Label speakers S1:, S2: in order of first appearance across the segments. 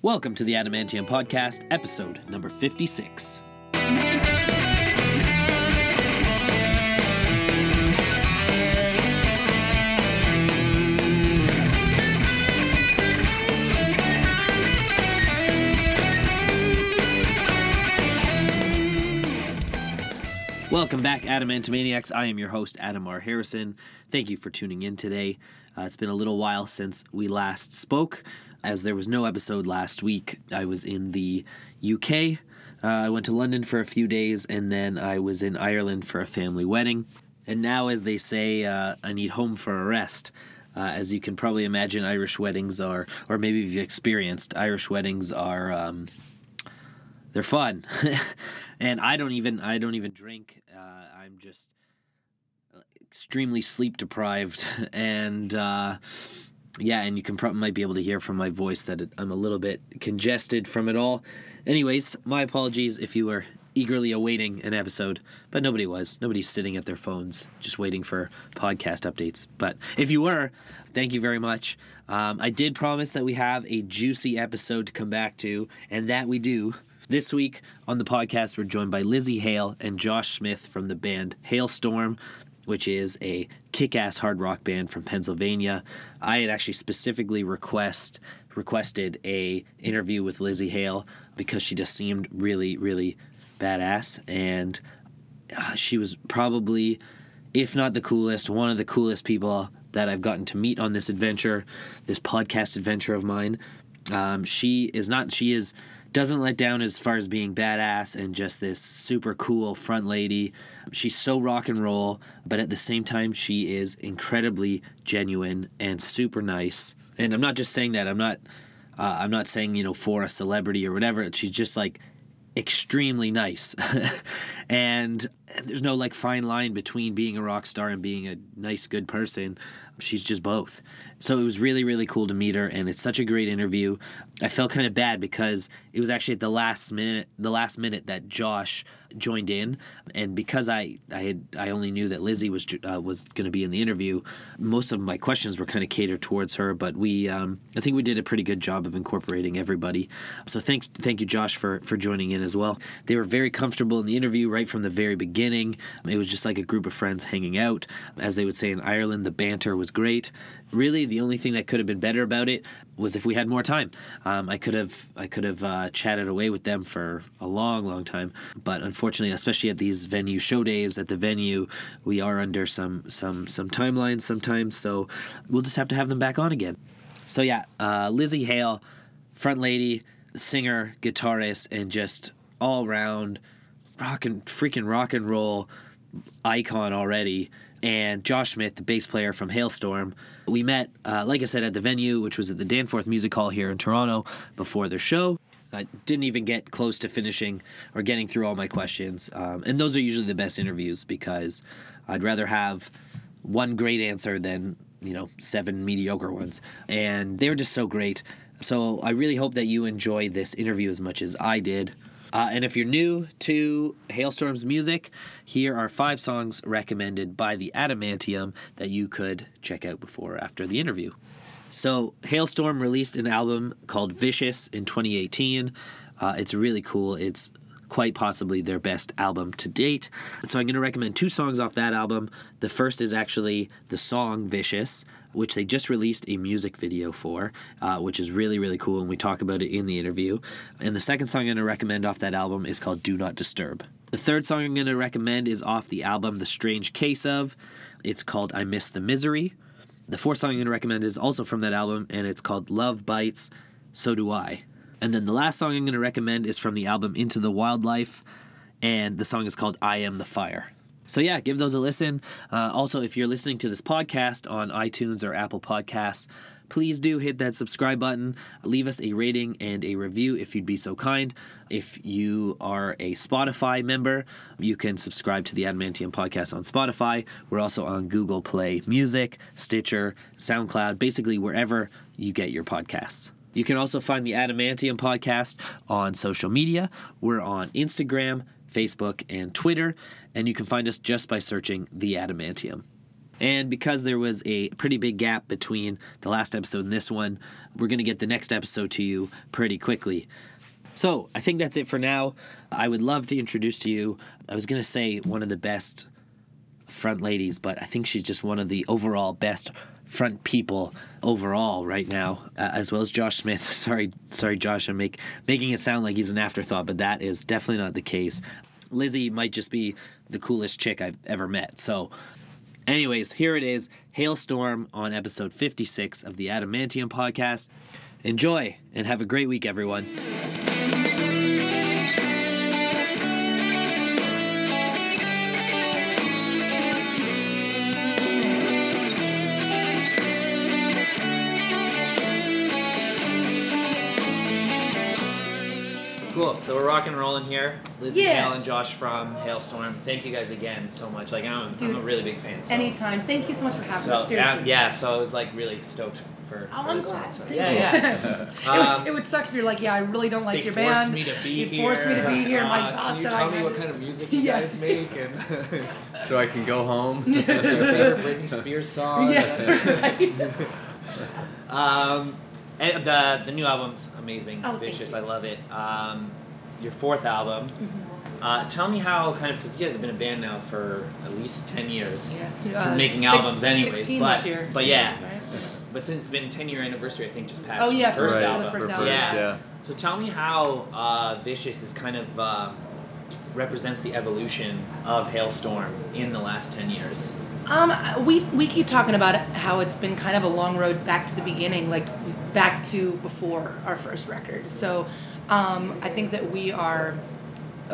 S1: Welcome to the Adamantium Podcast, episode number 56. Welcome back, Adamantomaniacs. I am your host, Adam R. Harrison. Thank you for tuning in today. Uh, it's been a little while since we last spoke. As there was no episode last week, I was in the UK. Uh, I went to London for a few days, and then I was in Ireland for a family wedding. And now, as they say, uh, I need home for a rest. Uh, as you can probably imagine, Irish weddings are, or maybe you've experienced, Irish weddings are. Um, they're fun and i don't even i don't even drink uh, i'm just extremely sleep deprived and uh, yeah and you can probably might be able to hear from my voice that it, i'm a little bit congested from it all anyways my apologies if you were eagerly awaiting an episode but nobody was nobody's sitting at their phones just waiting for podcast updates but if you were thank you very much um, i did promise that we have a juicy episode to come back to and that we do this week on the podcast, we're joined by Lizzie Hale and Josh Smith from the band Hailstorm, which is a kick ass hard rock band from Pennsylvania. I had actually specifically request requested a interview with Lizzie Hale because she just seemed really, really badass. And uh, she was probably, if not the coolest, one of the coolest people that I've gotten to meet on this adventure, this podcast adventure of mine. Um, she is not, she is, doesn't let down as far as being badass and just this super cool front lady. She's so rock and roll, but at the same time, she is incredibly genuine and super nice. And I'm not just saying that, I'm not, uh, I'm not saying, you know, for a celebrity or whatever. She's just like, extremely nice. and there's no like fine line between being a rock star and being a nice, good person. She's just both. So it was really, really cool to meet her. And it's such a great interview. I felt kind of bad because it was actually at the last minute, the last minute that Josh joined in. And because I, I had, I only knew that Lizzie was, ju- uh, was going to be in the interview. Most of my questions were kind of catered towards her, but we, um, I think we did a pretty good job of incorporating everybody. So thanks, thank you, Josh, for for joining in as well. They were very comfortable in the interview right from the very beginning. It was just like a group of friends hanging out, as they would say in Ireland. The banter was great. Really, the only thing that could have been better about it was if we had more time. Um, I could have I could have uh, chatted away with them for a long, long time, but unfortunately, especially at these venue show days at the venue, we are under some some some timelines sometimes. So we'll just have to have them back on again. So yeah, uh, Lizzie Hale, front lady, singer, guitarist, and just all round rock and freaking rock and roll icon already. And Josh Smith, the bass player from Hailstorm, we met, uh, like I said, at the venue, which was at the Danforth Music Hall here in Toronto before their show. I didn't even get close to finishing or getting through all my questions. Um, and those are usually the best interviews because I'd rather have one great answer than you know seven mediocre ones and they were just so great so i really hope that you enjoy this interview as much as i did uh, and if you're new to hailstorm's music here are five songs recommended by the adamantium that you could check out before or after the interview so hailstorm released an album called vicious in 2018 uh, it's really cool it's quite possibly their best album to date. So I'm going to recommend two songs off that album. The first is actually the song Vicious, which they just released a music video for, uh, which is really, really cool. And we talk about it in the interview. And the second song I'm going to recommend off that album is called Do Not Disturb. The third song I'm going to recommend is off the album The Strange Case of. It's called I Miss the Misery. The fourth song I'm going to recommend is also from that album, and it's called Love Bites, So Do I. And then the last song I'm going to recommend is from the album Into the Wildlife, and the song is called I Am the Fire. So, yeah, give those a listen. Uh, also, if you're listening to this podcast on iTunes or Apple Podcasts, please do hit that subscribe button. Leave us a rating and a review if you'd be so kind. If you are a Spotify member, you can subscribe to the Adamantium podcast on Spotify. We're also on Google Play Music, Stitcher, SoundCloud, basically wherever you get your podcasts. You can also find the Adamantium podcast on social media. We're on Instagram, Facebook, and Twitter, and you can find us just by searching the Adamantium. And because there was a pretty big gap between the last episode and this one, we're going to get the next episode to you pretty quickly. So I think that's it for now. I would love to introduce to you, I was going to say one of the best front ladies, but I think she's just one of the overall best front people overall right now, uh, as well as Josh Smith. Sorry, sorry, Josh, I'm make, making it sound like he's an afterthought, but that is definitely not the case. Lizzie might just be the coolest chick I've ever met. So, anyways, here it is Hailstorm on episode 56 of the Adamantium podcast. Enjoy and have a great week, everyone.
S2: Cool. So we're rocking and rolling here. Lizzie
S3: Yeah.
S2: Hale and Josh from Hailstorm. Thank you guys again so much. Like I'm, I'm a
S3: Dude.
S2: really big fan. So,
S3: Anytime. Thank you so much for having
S2: so
S3: us. Seriously.
S2: yeah, yeah, so I was like really stoked for.
S3: Oh,
S2: for
S3: I'm
S2: this
S3: glad.
S2: One, so,
S3: Thank
S2: yeah,
S3: you.
S2: yeah.
S3: it,
S2: Um,
S3: would, it would suck if you're like, yeah, I really don't
S2: They
S3: like your
S2: forced
S3: band.
S2: me to be
S3: you
S2: here.
S3: forced me to be here. My
S2: Uh,
S3: boss
S2: Can you
S3: said
S2: tell
S3: I
S2: me
S3: had
S2: what
S3: to-
S2: kind of music you
S3: Yeah.
S2: guys make and
S4: so I can go home.
S2: what's your favorite Britney Spears song?
S3: Yeah, right.
S2: Um, and the the new album's amazing,
S3: Oh, thank
S2: vicious.
S3: you.
S2: I love it. Um, your fourth album.
S3: Mm-hmm.
S2: Uh, tell me how kind of because you guys have been a band now for at least ten years.
S3: Yeah.
S2: Since
S3: Uh,
S2: making
S3: six-
S2: albums, anyways.
S3: 16
S2: But
S3: this year.
S2: but yeah,
S3: Right?
S2: but since it's been ten year anniversary, I think just passed.
S3: Oh,
S2: for the
S3: yeah, for
S2: first
S3: the
S2: album.
S3: first
S4: for
S3: album.
S2: Yeah.
S4: yeah.
S2: So tell me how uh, vicious is kind of. Uh, represents the evolution of hailstorm in the last 10 years
S3: Um, we we keep talking about how it's been kind of a long road back to the beginning, like back to before our first record. So, um, I think that we are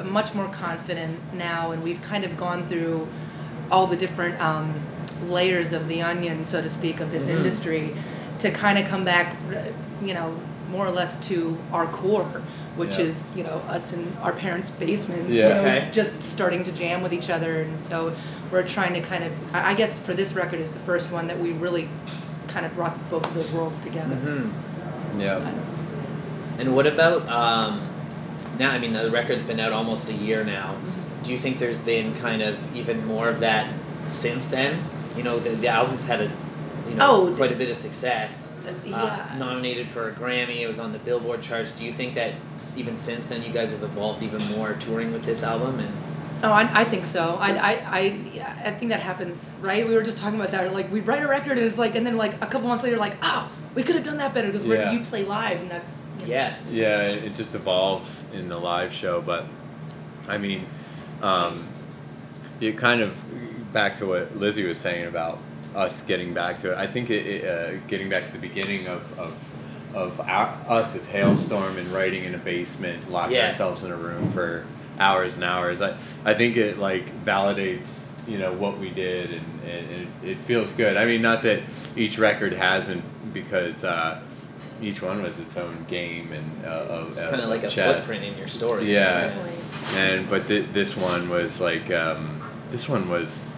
S3: much more confident now, and we've kind of gone through all the different um, layers of the onion, so to speak, of this industry, to kind of come back, you know, more or less to our core, which
S4: Yeah.
S3: is you know us in our parents' basement,
S4: Yeah.
S3: you know,
S2: Okay.
S3: just starting to jam with each other and so we're trying to kind of i I guess for this record is the first one that we really kind of brought both of those worlds together
S2: Mm-hmm.
S4: Yeah.
S2: And what about um, now? I mean, the record's been out almost a year now.
S3: Mm-hmm.
S2: Do you think there's been kind of even more of that since then? You know, the, the album's had a you know
S3: Oh,
S2: quite a bit of success.
S3: yeah.
S2: Uh, nominated for a Grammy, it was on the Billboard charts. Do you think that s- even since then you guys have evolved even more touring with this album? And
S3: oh i, I think so I, I, I, yeah, I think that happens right we were just talking about that like we write a record and it's like and then like a couple months later like oh we could have done that better because
S4: Yeah.
S3: you play live and that's you know.
S2: yeah,
S4: Yeah, it it just evolves in the live show, but I mean, um, it kind of back to what Lizzie was saying about us getting back to it. I think it, it uh, getting back to the beginning of of, of our, us as hailstorm and writing in a basement, locking
S2: Yeah.
S4: ourselves in a room for hours and hours. I I think it like validates you know what we did and, and, and it, it feels good. I mean, not that each record hasn't because. Uh, each one was its own game and uh, of
S2: it's
S4: of
S2: kind of like a
S4: chess.
S2: footprint in your story.
S4: Yeah.
S3: definitely
S4: And but th- this one was like um, this one was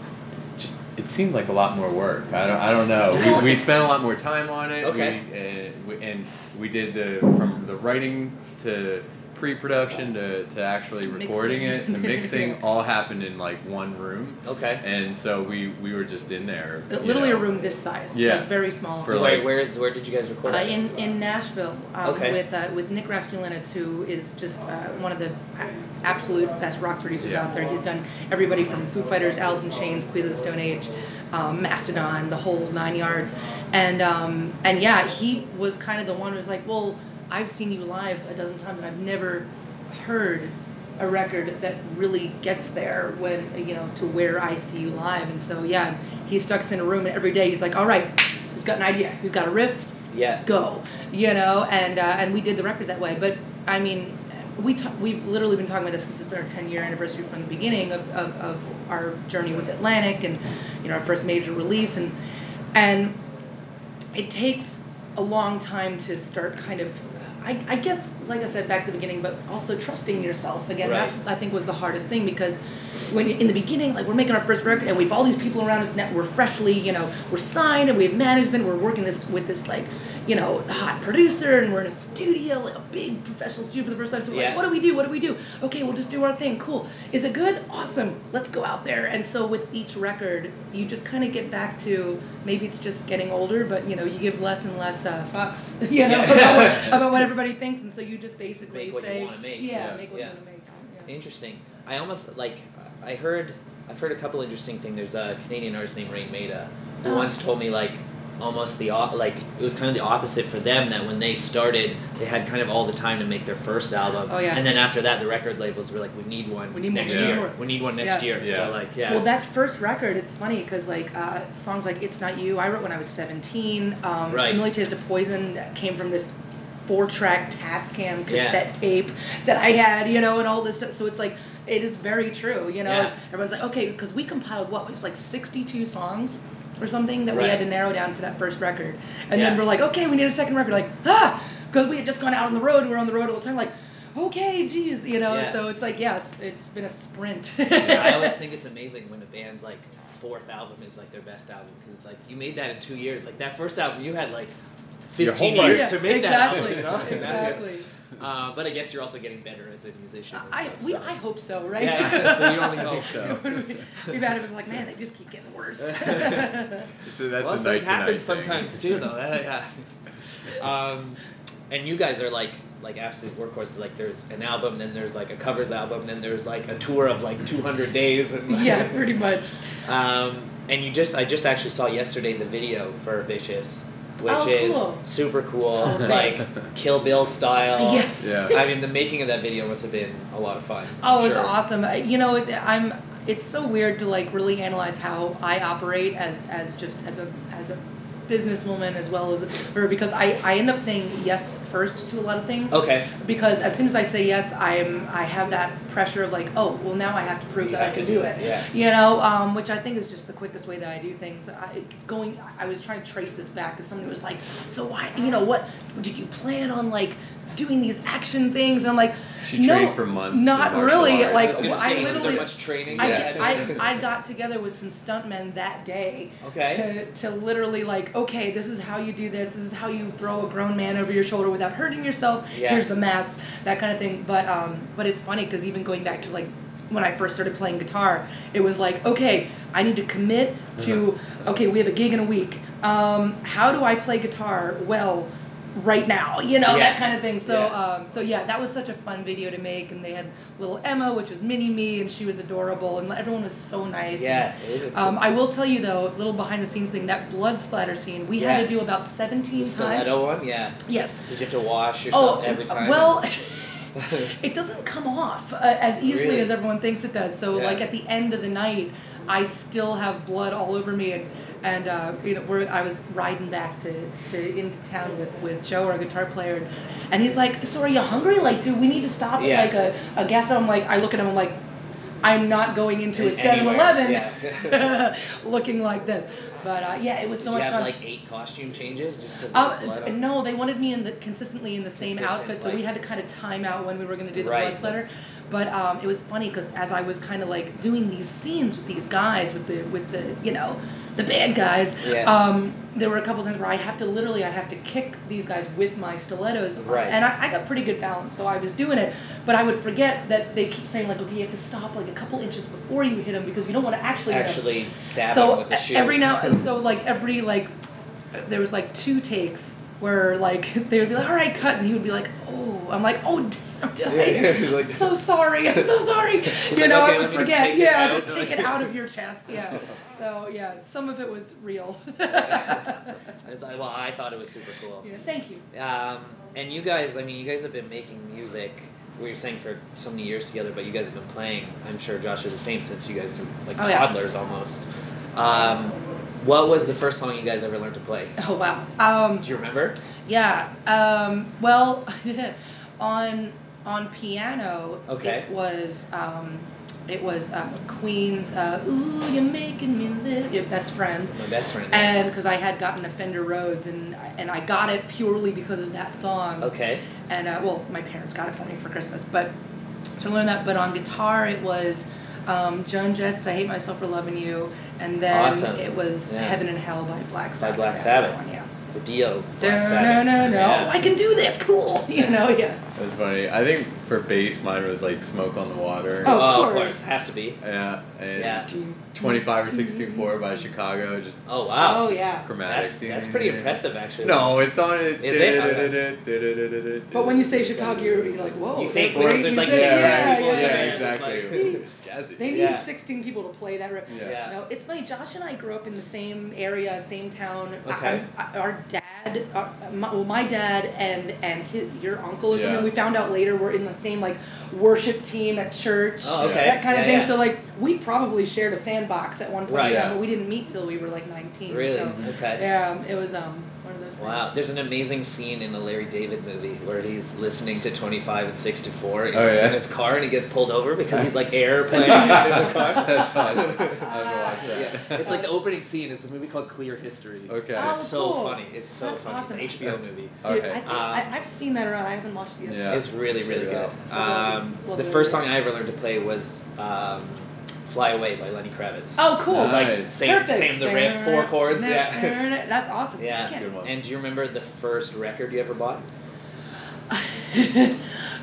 S4: just it seemed like a lot more work. I don't I don't know. We, we spent a lot more time on it.
S2: Okay.
S4: We, uh, we, and we did the from the writing to pre-production to, to actually recording it
S3: Mixing.
S4: to mixing all happened in like one room.
S2: Okay.
S4: And so we we were just in there. you
S3: literally
S4: know.
S3: a room this size
S4: Yeah.
S3: like very small
S4: For,
S2: Wait,
S4: like-
S2: where is where did you guys record?
S3: Uh,
S2: it?
S3: in in Nashville um,
S2: Okay.
S3: with uh, with Nick Raskulinitz, who is just uh, one of the a- absolute best rock producers
S4: Yeah.
S3: out there. He's done everybody from Foo Fighters, Alice in Chains, Queen of the Stone Age, um, Mastodon, the whole nine yards, and um, and yeah, he was kind of the one who was like, well, I've seen you live a dozen times, and I've never heard a record that really gets there when you know to where I see you live, and so yeah, he stuck us in a room, and every day he's like, all right, who's got an idea? Who's got a riff?
S2: yeah.
S3: go you know and uh, and we did the record that way but i mean we ta- we've literally been talking about this since it's our 10 year anniversary from the beginning of, of, of our journey with atlantic and you know our first major release and and it takes a long time to start kind of I, I guess like i said back at the beginning but also trusting yourself again
S2: Right.
S3: that's i think was the hardest thing because when in the beginning like we're making our first record and we've all these people around us now we're freshly you know we're signed and we have management we're working this with this like you know, hot producer and we're in a studio, like a big professional studio for the first time. So we're
S2: Yeah.
S3: like, what do we do? What do we do? Okay, we'll just do our thing. Cool. Is it good? Awesome. Let's go out there. And so with each record, you just kind of get back to maybe it's just getting older, but you know, you give less and less uh, fucks, you know,
S2: Yeah.
S3: about, what, about what everybody thinks. And so you just basically
S2: Make what you
S3: say,
S2: wanna make.
S3: yeah,
S2: Yeah.
S3: make what
S2: Yeah.
S3: you want to make. um, Yeah.
S2: Interesting. I almost like I heard I've heard a couple interesting things. There's a Canadian artist named Rain Maida who
S3: Oh.
S2: once told me like almost the op- like it was kind of the opposite for them that when they started they had kind of all the time to make their first album
S3: Oh, yeah.
S2: and then after that the record labels were like we need one
S3: We need more,
S2: next
S4: we need
S2: year
S3: more.
S2: we need one next
S3: Yeah.
S2: year
S4: Yeah.
S2: so like yeah
S3: Well, that first record, it's funny because like uh, songs like "It's Not You" I wrote when I was seventeen. Um,
S2: Right.
S3: "Familiar Taste of Poison" came from this four-track Tascam
S2: Yeah.
S3: cassette tape that I had, you know, and all this stuff. So it's like it is very true, you know.
S2: Yeah.
S3: Everyone's like, okay, because we compiled what it was like sixty-two songs or something that we
S2: Right.
S3: had to narrow down for that first record, and
S2: Yeah.
S3: then we're like, okay, we need a second record, like ah, because we had just gone out on the road, we were on the road all the time, like. Okay, geez, you know,
S2: Yeah.
S3: so it's like yes, it's been a sprint.
S2: Yeah, I always think it's amazing when a band's like fourth album is like their best album because it's like you made that in two years. Like that first album, you had like
S4: Your
S2: fifteen
S4: whole life.
S2: years to make
S3: exactly.
S2: that album. You know?
S3: Exactly.
S2: Uh, but I guess you're also getting better as a musician. and
S3: I
S2: stuff,
S3: we
S2: so.
S3: I hope so, right?
S2: Yeah, so you only hope.
S3: We've had it it's like, man, they just keep getting worse.
S4: It's a- that's
S2: well,
S4: a
S2: so it
S4: 1990
S2: happens
S4: thing.
S2: sometimes too, though. That- yeah. Um, and you guys are like like absolute workhorses. Like there's an album, then there's like a covers album, then there's like a tour of like 200 days, and like,
S3: yeah, pretty much.
S2: Um, and you just, I just actually saw yesterday the video for Vicious, which
S3: Oh,
S2: is
S3: cool.
S2: super cool,
S3: Oh,
S2: like
S3: thanks.
S2: Kill Bill style.
S3: Yeah.
S4: Yeah.
S2: I mean, the making of that video must have been a lot of fun.
S3: Oh,
S2: I'm
S3: it's
S2: sure.
S3: awesome. I- You know, it- I'm. It's so weird to like really analyze how I operate as as just as a as a businesswoman as well as or because I I end up saying yes first to a lot of things.
S2: Okay.
S3: Because as soon as I say yes, I'm I have that pressure of like, oh, well now I have to prove
S2: You
S3: that I
S2: have to
S3: can
S2: do
S3: do
S2: it,
S3: it.
S2: yeah.
S3: You know, um, which I think is just the quickest way that I do things. I, going, I was trying to trace this back because somebody was like, so why, you know, what did you plan on like doing these action things? And I'm like,
S4: She
S3: no,
S4: trained for months in
S3: Not
S4: martial
S3: really.
S4: arts.
S2: I
S3: Like
S2: was gonna
S3: well,
S2: say,
S3: I
S2: was there
S3: literally,
S2: much training?
S3: I,
S2: yet?
S3: I I got together with some stuntmen that day
S2: okay.
S3: to, to literally like okay this is how you do this this is how you throw a grown man over your shoulder without hurting yourself
S2: Yeah.
S3: here's the mats that kind of thing but um but it's funny because even going back to like when I first started playing guitar, it was like, okay, I need to commit to, okay, we have a gig in a week. Um, how do I play guitar well right now? You know,
S2: Yes.
S3: that kind of thing. So,
S2: Yeah.
S3: um, so yeah, that was such a fun video to make. And they had little Emma, which was mini me, and she was adorable. And everyone was so nice. and
S2: Yeah, it is a cool
S3: um, I will tell you though, little behind the scenes thing, that blood splatter scene, we had
S2: Yes.
S3: to do about 17
S2: the
S3: times.
S2: stiletto one, yeah.
S3: Yes.
S2: So did you have to wash yourself
S3: Oh,
S2: every time?
S3: well, it doesn't come off uh, as easily
S2: Really?
S3: as everyone thinks it does. So,
S2: Yeah.
S3: like at the end of the night, I still have blood all over me, and and uh, you know, we're, I was riding back to, to into town with, with Joe, our guitar player, and, and he's like, "So are you hungry? Like, do we need to stop at
S2: Yeah.
S3: like a, a gas?" station?" I'm like, I look at him, I'm like, "I'm not going into a
S2: Anywhere,
S3: 7-Eleven
S2: yeah.
S3: looking like this. But uh, yeah, it was so
S2: did you
S3: much
S2: have
S3: fun.
S2: like eight costume changes just because
S3: Uh,
S2: of the blood? on-
S3: no, they wanted me in the consistently in the same
S2: Consistent,
S3: outfit, so we
S2: like-
S3: had to kind of time out when we were going to do the
S2: Right.
S3: blood splatter. But um, it was funny because as I was kind of like doing these scenes with these guys, with the with the you know the bad guys,
S2: Yeah.
S3: um, there were a couple times where I have to literally I have to kick these guys with my stilettos,
S2: Right.
S3: and I, I got pretty good balance, so I was doing it. But I would forget that they keep saying like, okay, you have to stop like a couple inches before you hit them because you don't want to actually hit 'em
S2: Actually stabbing
S3: so e,
S2: with a shoe.
S3: every now and so like every like there was like two takes where like they would be like all right cut and he would be like oh i'm like oh damn did I? so sorry i'm so sorry you
S2: like,
S3: know
S2: "Okay,
S3: i
S2: let
S3: would
S2: me just
S3: forget
S2: take this
S3: yeah
S2: out."
S3: just take it out of your chest yeah so yeah some of it was real
S2: It's like, well, I thought it was super cool.
S3: Yeah, thank you
S2: Um, and you guys, I mean, you guys have been making music. We were saying for so many years together, but you guys have been playing. I'm sure Josh is the same since you guys are like
S3: Oh, yeah.
S2: toddlers almost. Um, what was the first song you guys ever learned to play?
S3: oh wow um
S2: Do you remember?
S3: Yeah. Um, well, on on piano,
S2: Okay.
S3: it was um, it was uh, Queen's uh, "Ooh, You're Making Me Live," your best friend,
S2: My best friend.
S3: and because I had gotten a Fender Rhodes, and and I got it purely because of that song.
S2: okay.
S3: And uh, well, my parents got it for me for Christmas, but so I learned that. But on guitar, it was. Um, Joan Jett's "I Hate Myself for Loving You," and then
S2: Awesome.
S3: it was
S2: Yeah.
S3: "Heaven and Hell" by Black Sabbath.
S2: Black
S3: Yeah, that
S2: Sabbath.
S3: one, yeah.
S2: the Dio.
S3: No,
S2: Black
S3: no,
S2: Sabbath.
S3: no, no.
S2: Yeah.
S3: Oh, I can do this. Cool. You know, yeah.
S4: It was funny. I think for bass, mine was like Smoke on the Water.
S3: Oh.
S2: Oh,
S3: of
S2: of
S3: course.
S2: course, has to be.
S4: Yeah. And
S2: Yeah.
S4: 25 or 624 by Chicago. Just
S2: Oh wow.
S3: Oh yeah.
S4: chromatic.
S2: That's that's pretty impressive actually.
S4: No, it's on it.
S2: Is it?
S3: But when you say Chicago, you're, you're like, whoa.
S2: You think
S3: great
S2: because there's like
S3: music.
S4: yeah,
S2: sixteen
S3: yeah,
S2: people
S3: yeah,
S2: in
S4: yeah,
S2: the band, it's
S4: exactly.
S2: like-
S4: Jazzy.
S3: They need
S2: Yeah.
S3: 16 people to play that. Rip-
S4: yeah.
S2: Yeah.
S3: No, it's funny. Josh and I grew up in the same area, same town. I-
S2: Okay.
S3: I- our dad, our, my, well, my dad and and his, your uncle or something.
S4: Yeah.
S3: We found out later we're in the same like worship team at church.
S2: Oh, okay.
S3: That kind of
S2: Yeah,
S3: thing.
S2: yeah.
S3: So like we probably shared a sandbox at one point
S2: Right.
S3: in time,
S4: Yeah.
S3: but we didn't meet till we were like 19.
S2: Really?
S3: So,
S2: Okay.
S3: yeah, it was um one of those
S2: Wow,
S3: things.
S2: there's an amazing scene in the Larry David movie where he's listening to 25 and 64 in,
S4: Oh, yeah?
S2: in his car and he gets pulled over because he's like air playing in the car.
S4: That's awesome. I've watched
S2: Yeah.
S4: that.
S2: It's like the opening scene. It's a movie called Clear History.
S4: Okay.
S3: Oh,
S2: It's so
S3: cool.
S2: funny. It's so
S3: That's
S2: funny.
S3: awesome.
S2: It's an HBO movie.
S3: Dude,
S4: Okay.
S3: I think,
S2: Um,
S3: I, I've seen that around. I haven't watched it yet.
S4: Yeah.
S2: It's really,
S4: Check
S2: really
S4: it
S2: good.
S4: out.
S2: Um,
S3: Love
S2: the
S3: it.
S2: first song I ever learned to play was um, Fly Away by Lenny Kravitz.
S3: Oh, cool.
S2: It was like
S4: Nice.
S2: same,
S3: Perfect.
S2: same the riff, four chords. Yeah.
S3: That's awesome.
S2: Yeah.
S3: Okay.
S4: Good one.
S2: And do you remember the first record you ever bought?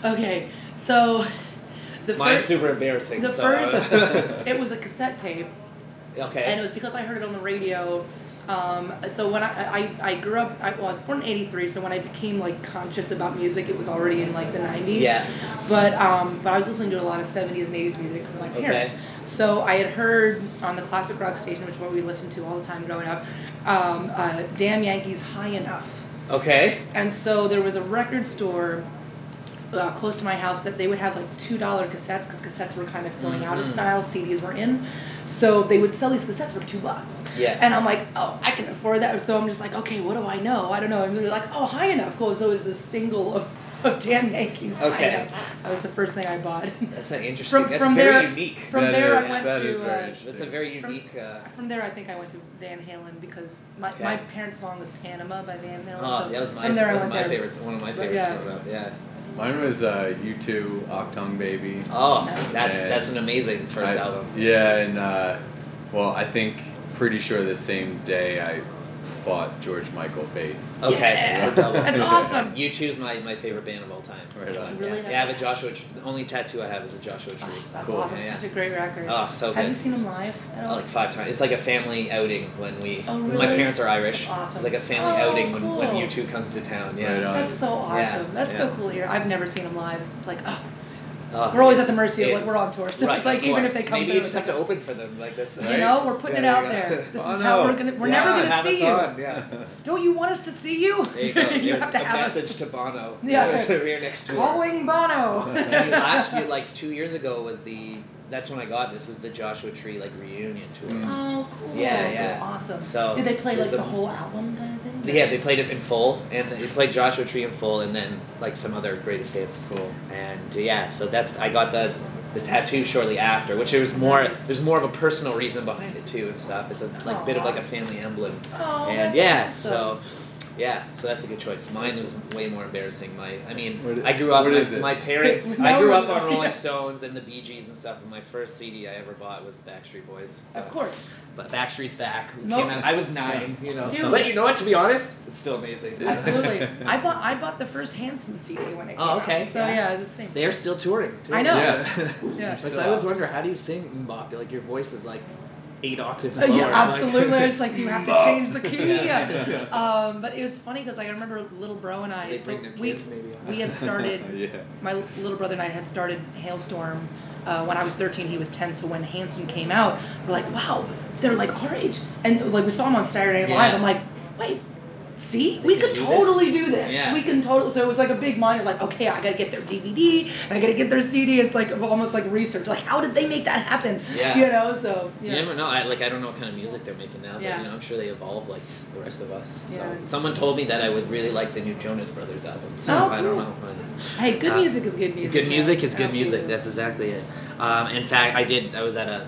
S3: okay, so the
S2: Mine's
S3: first
S2: super embarrassing.
S3: the
S2: so, uh,
S3: first- it was a cassette tape,
S2: okay.
S3: and it was because I heard it on the radio. Um, so when I, I I grew up, I, well, I was born in '83. So when I became like conscious about music, it was already in like the '90s.
S2: yeah.
S3: But um, but I was listening to a lot of '70s and '80s music because of my
S2: Okay.
S3: parents. So I had heard on the classic rock station, which is what we listened to all the time growing up, um, uh, "Damn Yankees High Enough."
S2: Okay.
S3: And so there was a record store uh, close to my house that they would have like two dollar cassettes because cassettes were kind of going out of
S2: Mhm.
S3: style, CDs were in. So they would sell these cassettes for two bucks.
S2: Yeah.
S3: And I'm like, oh, I can afford that. So I'm just like, okay, what do I know? I don't know. And they're like, oh, high enough. Cool. So it was the single of, of Damn Yankees. High
S2: Okay.
S3: Enough. That was the first thing I bought.
S2: That's an interesting.
S3: From-
S2: that's
S3: from
S2: very
S3: there-
S2: unique.
S3: From
S4: That
S3: there,
S4: is-
S3: I went
S4: that
S3: to.
S4: is very
S3: uh,
S4: interesting.
S2: That's a very
S3: From-
S2: unique. Uh,
S3: from there, I think I went to Van Halen because my,
S2: Okay.
S3: my parents' song was Panama by Van Halen.
S2: oh,
S3: so
S2: that was my.
S3: from there,
S2: that was
S3: I went
S2: my
S3: there.
S2: favorites. One of my
S3: But
S2: favorites
S3: yeah.
S2: growing up. Yeah.
S4: Mine was uh, U2, Octung Baby.
S2: Oh,
S3: Nice.
S2: that's
S4: And
S2: that's an amazing first
S4: I-
S2: album.
S4: Yeah, and uh, well, I think pretty sure the same day I bought George Michael Faith.
S2: Okay.
S3: Yeah.
S2: So double.
S3: That's awesome.
S2: You two's my, my favorite band of all time.
S4: Right on.
S3: Really
S2: yeah.
S3: nice.
S2: yeah, I have a Joshua. Tr- the only tattoo I have is a Joshua tree.
S3: Oh, that's
S4: Cool.
S3: awesome.
S2: Yeah, yeah.
S3: Such a great record.
S2: Oh, so
S3: Have you
S2: good.
S3: seen them live at
S2: Oh,
S3: all?
S2: like five times. It's like a family outing when we.
S3: Oh,
S2: 'cause My
S3: really?
S2: parents are Irish.
S3: Awesome.
S2: It's like a family
S3: Oh,
S2: outing when when
S3: cool.
S2: you two comes to town. Yeah.
S4: Right on.
S3: That's so awesome. That's so
S2: yeah.
S3: cool here. I've never seen them live. It's like, oh,
S2: Oh,
S3: we're always at the
S2: it's-
S3: mercy of
S2: it's-
S3: like we're on tour. So
S2: right,
S3: it's like
S2: of
S3: even if
S2: course.
S3: they come
S2: Maybe
S3: through,
S2: you just
S3: it's
S2: have to
S3: like,
S2: open for them. Like that's.
S3: you know, we're putting
S2: Yeah,
S3: it out
S2: yeah.
S3: there. This
S4: Oh,
S3: is how
S4: no.
S3: we're gonna. We're
S2: Yeah,
S3: never gonna
S2: have
S3: see
S2: us
S3: you.
S2: on, yeah.
S3: Don't you want us to see you?
S2: There you go. There's
S3: have to
S2: a
S3: have
S2: message
S3: us
S2: to Bono.
S3: Yeah.
S2: There's a rear next tour.
S3: calling Bono.
S2: And last year, like two years ago, was the that's when I got this was the Joshua Tree like reunion tour.
S4: Mm.
S3: oh, cool.
S2: Yeah,
S3: That's
S2: yeah.
S3: awesome.
S2: So
S3: Did they play like
S2: there's
S3: the
S2: a-
S3: whole album kind of thing?
S2: Yeah, they played it in full, and they played Joshua Tree in full, and then like some other greatest hits.
S4: Cool.
S2: And yeah, so that's I got the the tattoo shortly after, which there was more
S3: Nice.
S2: there's more of a personal reason behind it too and stuff. It's a like bit of
S3: Aw.
S2: like a family emblem.
S3: Oh,
S2: and
S3: that's
S2: yeah,
S3: awesome.
S2: so yeah, so that's a good choice. Mine was way more embarrassing. My, I mean,
S4: What i-
S2: I grew up.
S4: what
S2: my,
S4: is it?
S2: my parents.
S3: Now
S2: I grew
S3: we're
S2: up
S3: not-
S2: on Rolling Stones and the Bee Gees and stuff. And my first CD I ever bought was Backstreet Boys.
S3: Of course.
S2: But Backstreet's Back came
S3: Nope.
S2: out. I was nine, you know.
S3: Dude.
S2: But you know what? To be honest, it's still amazing.
S3: Absolutely. I bought I bought the first Hanson CD when it came
S2: Oh, okay.
S3: out. So yeah, it's the same.
S2: They're still touring. Too.
S3: I know.
S4: Yeah.
S3: Yeah.
S2: But I always wonder how do you sing mbop? Like your voice is like eight octaves
S3: So
S2: lower.
S3: yeah,
S2: I'm
S3: absolutely.
S2: Like,
S3: it's like, do you have to
S4: Bop.
S3: change the key?
S2: Yeah.
S3: Um, but it was funny because I remember little bro and I.
S2: they
S3: so
S2: bring their
S3: we,
S2: kids maybe. on.
S3: we had started.
S4: yeah.
S3: My little brother and I had started Hailstorm uh, when I was 13. He was 10. So when Hanson came out, we're like, wow, they're like our age. And like we saw him on Saturday Night Live.
S2: Yeah.
S3: I'm like, wait. See,
S2: They
S3: we
S2: can
S3: could
S2: do this.
S3: totally do this.
S2: Yeah.
S3: We can totally. So it was like a big money. Like, okay, I gotta get their DVD and I gotta get their CD. It's like almost like research. Like, how did they make that happen?
S2: Yeah.
S3: You know. So
S2: You
S3: yeah.
S2: never know. I like I don't know what kind of music they're making now, but
S3: Yeah.
S2: you know I'm sure they evolve like the rest of us. So
S3: Yeah.
S2: someone told me that I would really like the new Jonas Brothers album. So
S3: Oh,
S2: I
S3: cool.
S2: don't know.
S3: Hey, good
S2: Uh,
S3: music is good music.
S2: Good music
S3: man.
S2: is good music.
S3: Absolutely.
S2: That's exactly it. Um, in fact, I did. I was at a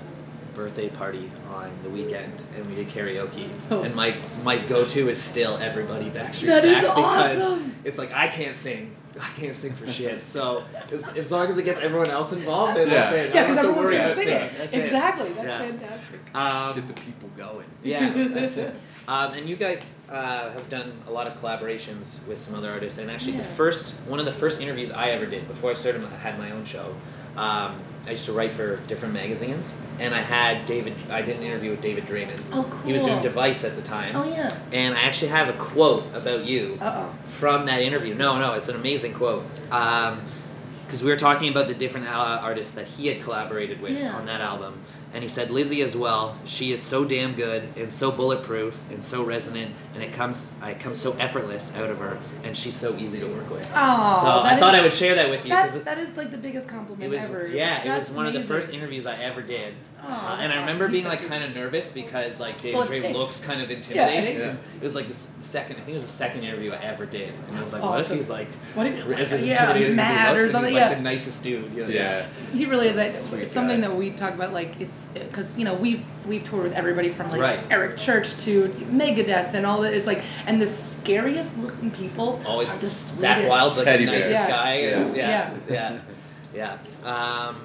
S2: birthday party on the weekend, and we did karaoke.
S3: Oh.
S2: And my my go to is still "Everybody Backstreet's
S3: That is
S2: Back" because
S3: awesome.
S2: it's like I can't sing. I can't sing for shit. So as, as long as it gets everyone else involved, then
S4: Yeah.
S2: that's it.
S3: yeah,
S2: I
S3: because
S2: don't have to
S3: everyone's
S2: worry
S3: gonna
S2: about
S3: sing
S2: singing.
S3: it.
S2: That's
S3: exactly. That's
S2: Yeah.
S3: fantastic.
S2: it. Um,
S4: Get the people going.
S2: yeah, that's it. Um, and you guys uh, have done a lot of collaborations with some other artists. And actually, the
S3: Yeah.
S2: first one of the first interviews I ever did before I started my, had my own show. Um, I used to write for different magazines, and I had David. I did an interview with David Draymond.
S3: Oh,
S2: He was doing
S3: cool.
S2: Device at the time,
S3: Oh yeah.
S2: and I actually have a quote about you
S3: Uh
S2: from that interview. No, no, it's an amazing quote. Um, because we were talking about the different uh, artists that he had collaborated with
S3: Yeah.
S2: on that album, and he said Lizzie as well. She is so damn good and so bulletproof and so resonant, and it comes it comes so effortless out of her, and she's so easy to work with.
S3: oh. Oh.
S2: so I
S3: that
S2: thought
S3: is-
S2: I would share that with you
S3: That's,
S2: because
S3: that is like the biggest compliment
S2: it was
S3: ever.
S2: yeah, it
S3: That's
S2: was one of the
S3: amazing.
S2: first interviews I ever did,
S3: Oh,
S2: uh,
S3: that's
S2: and I remember
S3: awesome.
S2: being
S3: He's
S2: like
S3: so
S2: kind of nervous because like Dave
S3: Well, it's
S2: Dre
S3: Dave.
S2: looks kind of intimidating.
S4: Yeah.
S2: It was like the s- second, I think it was the second interview I ever did, and I was like, what if
S3: Awesome.
S2: he's like
S3: sweet. What if,
S2: as
S3: yeah,
S2: intimidating as he
S3: mad
S2: looks,
S3: or
S2: and
S3: something.
S2: He's like
S3: yeah.
S2: the nicest dude. Yeah.
S4: Yeah.
S3: He really is. I,
S4: Sweet
S3: it's something
S4: guy.
S3: that we talk about, like it's because you know we've we've toured with everybody from like
S2: Right.
S3: Eric Church to Megadeth and all that. It's like and the scariest looking people
S2: Always
S3: are the sweetest.
S2: Zach Wild's like
S4: Teddy
S2: the
S4: bear.
S2: nicest
S3: Yeah.
S2: guy. and-
S3: Yeah.
S2: Yeah. Yeah. yeah. Um,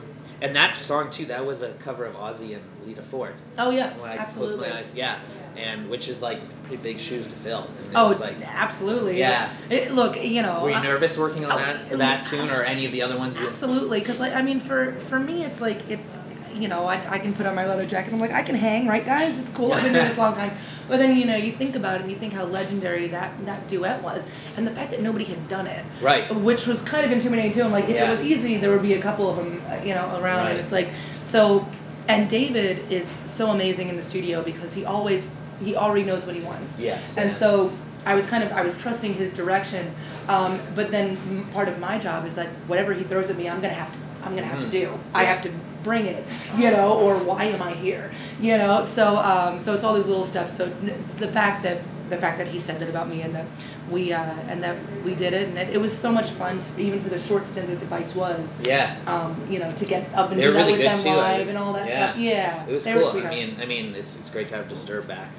S2: and that song too, that was a cover of Ozzy and Lita Ford.
S3: Oh yeah,
S2: When I
S3: absolutely.
S2: closed my eyes, yeah. And which is like pretty big shoes to fill. And it
S3: Oh,
S2: was like
S3: absolutely.
S2: Yeah.
S3: It- look, you know.
S2: Were you
S3: I-
S2: nervous working on
S3: oh,
S2: that that tune or any of the other ones? you-
S3: Absolutely, because like I mean, for for me, it's like it's you know I, I can put on my leather jacket. I'm like I can hang, right, guys? It's cool. I've been doing this a long time. But then you know you think about it and you think how legendary that that duet was, and the fact that nobody had done it,
S2: Right.
S3: which was kind of intimidating too. I'm like, if
S2: Yeah.
S3: it was easy, there would be a couple of them, you know, around,
S2: Right.
S3: and it's like so. And David is so amazing in the studio because he always he already knows what he wants.
S2: Yes.
S3: And so I was kind of I was trusting his direction, um, but then m- part of my job is like whatever he throws at me, I'm gonna have to I'm gonna have
S2: Mhm.
S3: to do. I have to bring it, you know, or why am I here, you know? So um, so it's all these little steps. So n- it's the fact that the fact that he said that about me and that we uh, and that we did it and it, it was so much fun to, even for the short stint that device was
S2: Yeah.
S3: um, you know to get up and
S2: They were
S3: do that
S2: really
S3: with
S2: good
S3: them
S2: too. I
S3: live
S2: was-
S3: and all that
S2: yeah.
S3: stuff yeah
S2: It was
S3: they were
S2: cool. I
S3: sweethearts.
S2: mean I mean it's it's great to have Disturb back.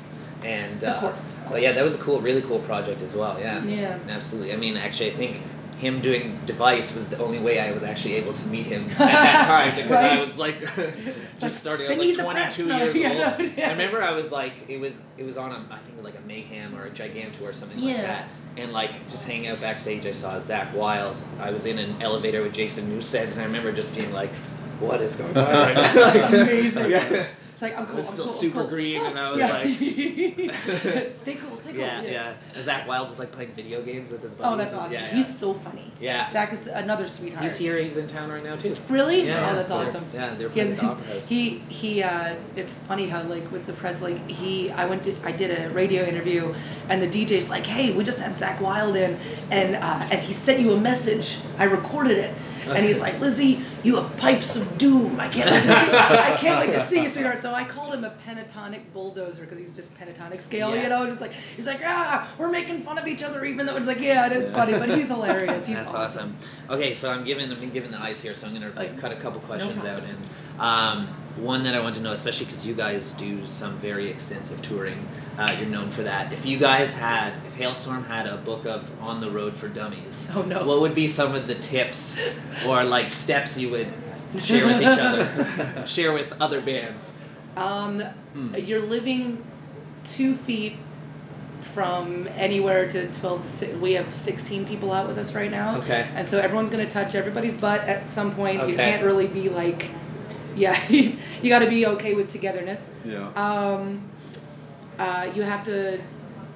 S2: And uh,
S3: Of course, of
S2: But yeah, that was a cool really cool project as well, yeah.
S3: yeah
S2: Absolutely. I mean actually I think him doing device was the only way I was actually able to meet him at that time because I
S3: Right.
S2: was like
S3: like,
S2: just starting. I
S3: they
S2: was
S3: need the
S2: like twenty
S3: press,
S2: two
S3: no,
S2: years
S3: yeah,
S2: old.
S3: no, yeah.
S2: I remember I was like it was it was on a I think like a mayhem or a gigantor or something like
S3: Yeah.
S2: that. And like just hanging out backstage I saw Zach Wild. I was in an elevator with Jason Newsted and I remember just being like, What is going on right now?
S3: That's amazing.
S2: Yeah.
S3: It's like I'm
S2: I
S3: cool.
S2: was
S3: I'm
S2: still
S3: cool, I'm
S2: super
S3: cool.
S2: green, and I was like-
S3: yeah. stay cool, stay cool.
S2: Yeah, yeah. Zach Wild was like playing video games with his buddies.
S3: Oh, that's awesome.
S2: Yeah, yeah.
S3: He's so funny.
S2: Yeah.
S3: Zach is another sweetheart.
S2: He's here. He's in town right now too.
S3: Really?
S2: Yeah,
S3: oh, that's
S2: they're-
S3: awesome.
S2: Yeah, they're
S3: He
S2: playing
S3: has,
S2: at the Opera House.
S3: he he uh it's funny how like with the press like he I went to I did a radio interview and the DJ's like hey we just had Zach Wild in and uh, and he sent you a message I recorded it and he's like Lizzie you have pipes of doom I can't wait to see, I can't wait to see you sweetheart so I called him a pentatonic bulldozer because he's just pentatonic scale
S2: Yeah.
S3: you know just like he's like ah we're making fun of each other even though it's like yeah it is
S2: Yeah.
S3: funny but he's hilarious he's
S2: that's
S3: awesome.
S2: awesome. Okay, so I'm giving I'm giving the eyes here, so I'm gonna
S3: Okay.
S2: cut a couple questions out.
S3: problem.
S2: And um, one that I want to know, especially because you guys do some very extensive touring, uh, you're known for that. If you guys had, if Hailstorm had a book of on the road for dummies,
S3: Oh, no.
S2: what would be some of the tips or like steps you would share with each other, share with other bands?
S3: Um, You're living two feet from anywhere to 12 to si We have 16 people out with us right now.
S2: Okay.
S3: And so everyone's going to touch everybody's butt at some point.
S2: Okay.
S3: You can't really be like, yeah, you got to be okay with togetherness.
S4: Yeah.
S3: Um, uh, you have to.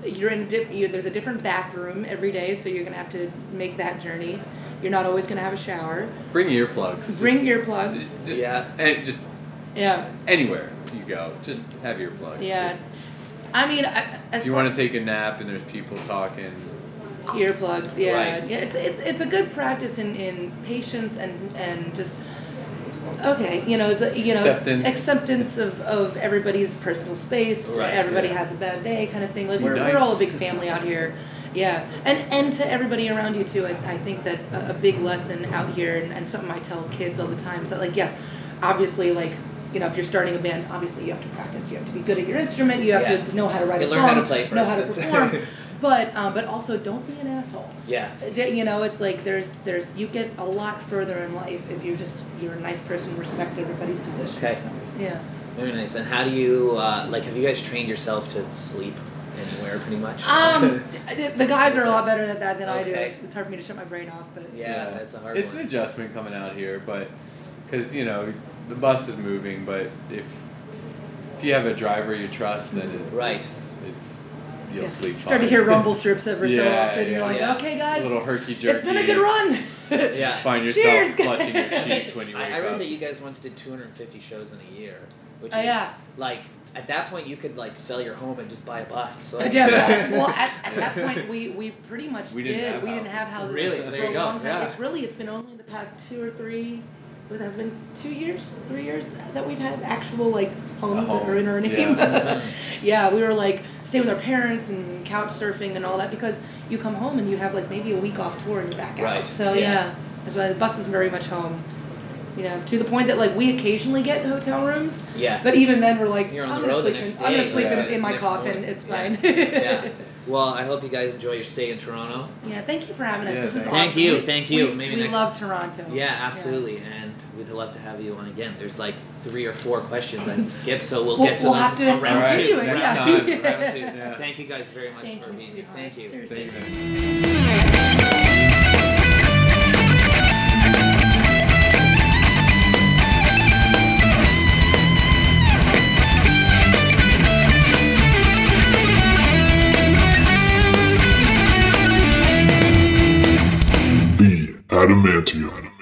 S3: You're in a diff- you, there's a different bathroom every day, so you're gonna have to make that journey. You're not always gonna have a shower.
S4: Bring earplugs.
S3: Bring
S4: Just,
S3: earplugs.
S4: just-
S2: Yeah.
S4: And just
S3: Yeah,
S4: anywhere you go, just have earplugs.
S3: yeah.
S4: Just-
S3: I mean, I, as
S4: If you want to take a nap and there's people talking,
S3: earplugs yeah
S2: Right.
S3: yeah it's, it's it's a good practice in in patience and and just okay you know the, you know
S4: Acceptance.
S3: acceptance of of everybody's personal space
S2: Right,
S3: everybody
S4: yeah.
S3: has a bad day kind of thing like
S4: Be
S3: we're,
S4: nice.
S3: we're all a big family out here yeah and and to everybody around you too i, I think that a, a big lesson out here and, and something i tell kids all the time is that like yes obviously like you know, if you're starting a band, obviously you have to practice. You have to be good at your instrument. You have
S2: Yeah.
S3: to know how to write
S2: You
S3: a
S2: learn how to
S3: song,
S2: play
S3: know how to
S2: first.
S3: perform. But um, but also don't be an asshole.
S2: Yeah.
S3: J- You know, it's like there's there's you get a lot further in life if you're just you're a nice person, respect everybody's position.
S2: Okay.
S3: So, yeah.
S2: Very nice. And how do you uh, like? Have you guys trained yourself to sleep anywhere, pretty much.
S3: Um, the- the guys are a lot better at that than I
S2: Okay.
S3: do. It's hard for me to shut my brain off, but
S2: yeah, that's a hard
S4: it's an
S2: one.
S4: adjustment coming out here, but because you know the bus is moving, but if if you have a driver you trust, then it,
S2: Right.
S4: it's, it's you'll
S3: yeah.
S4: sleep.
S3: You start to
S4: fine.
S3: hear rumble strips every so
S4: Yeah,
S3: often. You're
S4: yeah,
S3: like,
S2: yeah.
S3: okay,
S4: a
S3: guys,
S4: little herky jerky.
S3: it's been a good run.
S2: Yeah.
S4: Find yourself
S3: Cheers,
S4: clutching your
S3: guys.
S4: sheets when you wake
S2: I, I read
S4: up.
S2: that you guys once did 250 shows in a year, which
S3: Oh,
S2: is
S3: yeah.
S2: like at that point you could like sell your home and just buy a bus. Like,
S3: yeah, well, well, at, at that point, we, we pretty much
S4: We
S3: did.
S4: didn't have
S3: we didn't
S4: houses.
S3: have houses
S2: Really?
S3: for
S2: There
S3: a
S2: you go,
S3: long time.
S2: yeah.
S3: It's really it's been only the past two or three. It has been two years, three years that we've had actual like homes that
S4: home,
S3: are in our name.
S4: yeah.
S3: Yeah.
S2: Mm-hmm.
S3: we were like stay with our parents and couch surfing and all that because you come home and you have like maybe a week off tour and you're back
S2: Right,
S3: out. So
S2: yeah.
S3: yeah, that's why the bus is very much home. You know, to the point that like we occasionally get hotel rooms,
S2: yeah.
S3: but even then we're like,
S2: You're on
S3: I'm,
S2: the
S3: gonna
S2: road the
S3: sleep
S2: next
S3: in, I'm gonna
S2: day,
S3: sleep
S4: yeah,
S3: in,
S2: it's
S3: in my
S2: next
S3: coffin.
S2: morning.
S3: It's
S2: Yeah.
S3: fine.
S2: yeah. Well, I hope you guys enjoy your stay in Toronto.
S3: Yeah, thank you for having us.
S4: Yeah,
S3: this is
S4: thank
S3: awesome.
S2: you. Thank you,
S3: We-
S2: thank you.
S3: We,
S2: Maybe
S3: we
S2: next-
S3: love Toronto.
S2: Yeah, absolutely, and we'd love to have you on again. There's like three or four questions I can skip, so we'll,
S3: We'll-
S2: get to
S3: we'll
S2: those
S3: have to
S2: around
S4: Alright,
S2: two.
S4: continue it,
S2: round
S4: yeah.
S2: two,
S3: Yeah.
S2: round two.
S4: Yeah.
S2: Thank you guys very much
S3: Thank
S2: for
S3: you,
S2: being here.
S3: sweetheart.
S2: Thank you.
S3: Seriously.
S4: Thank you.
S5: The Adamantium.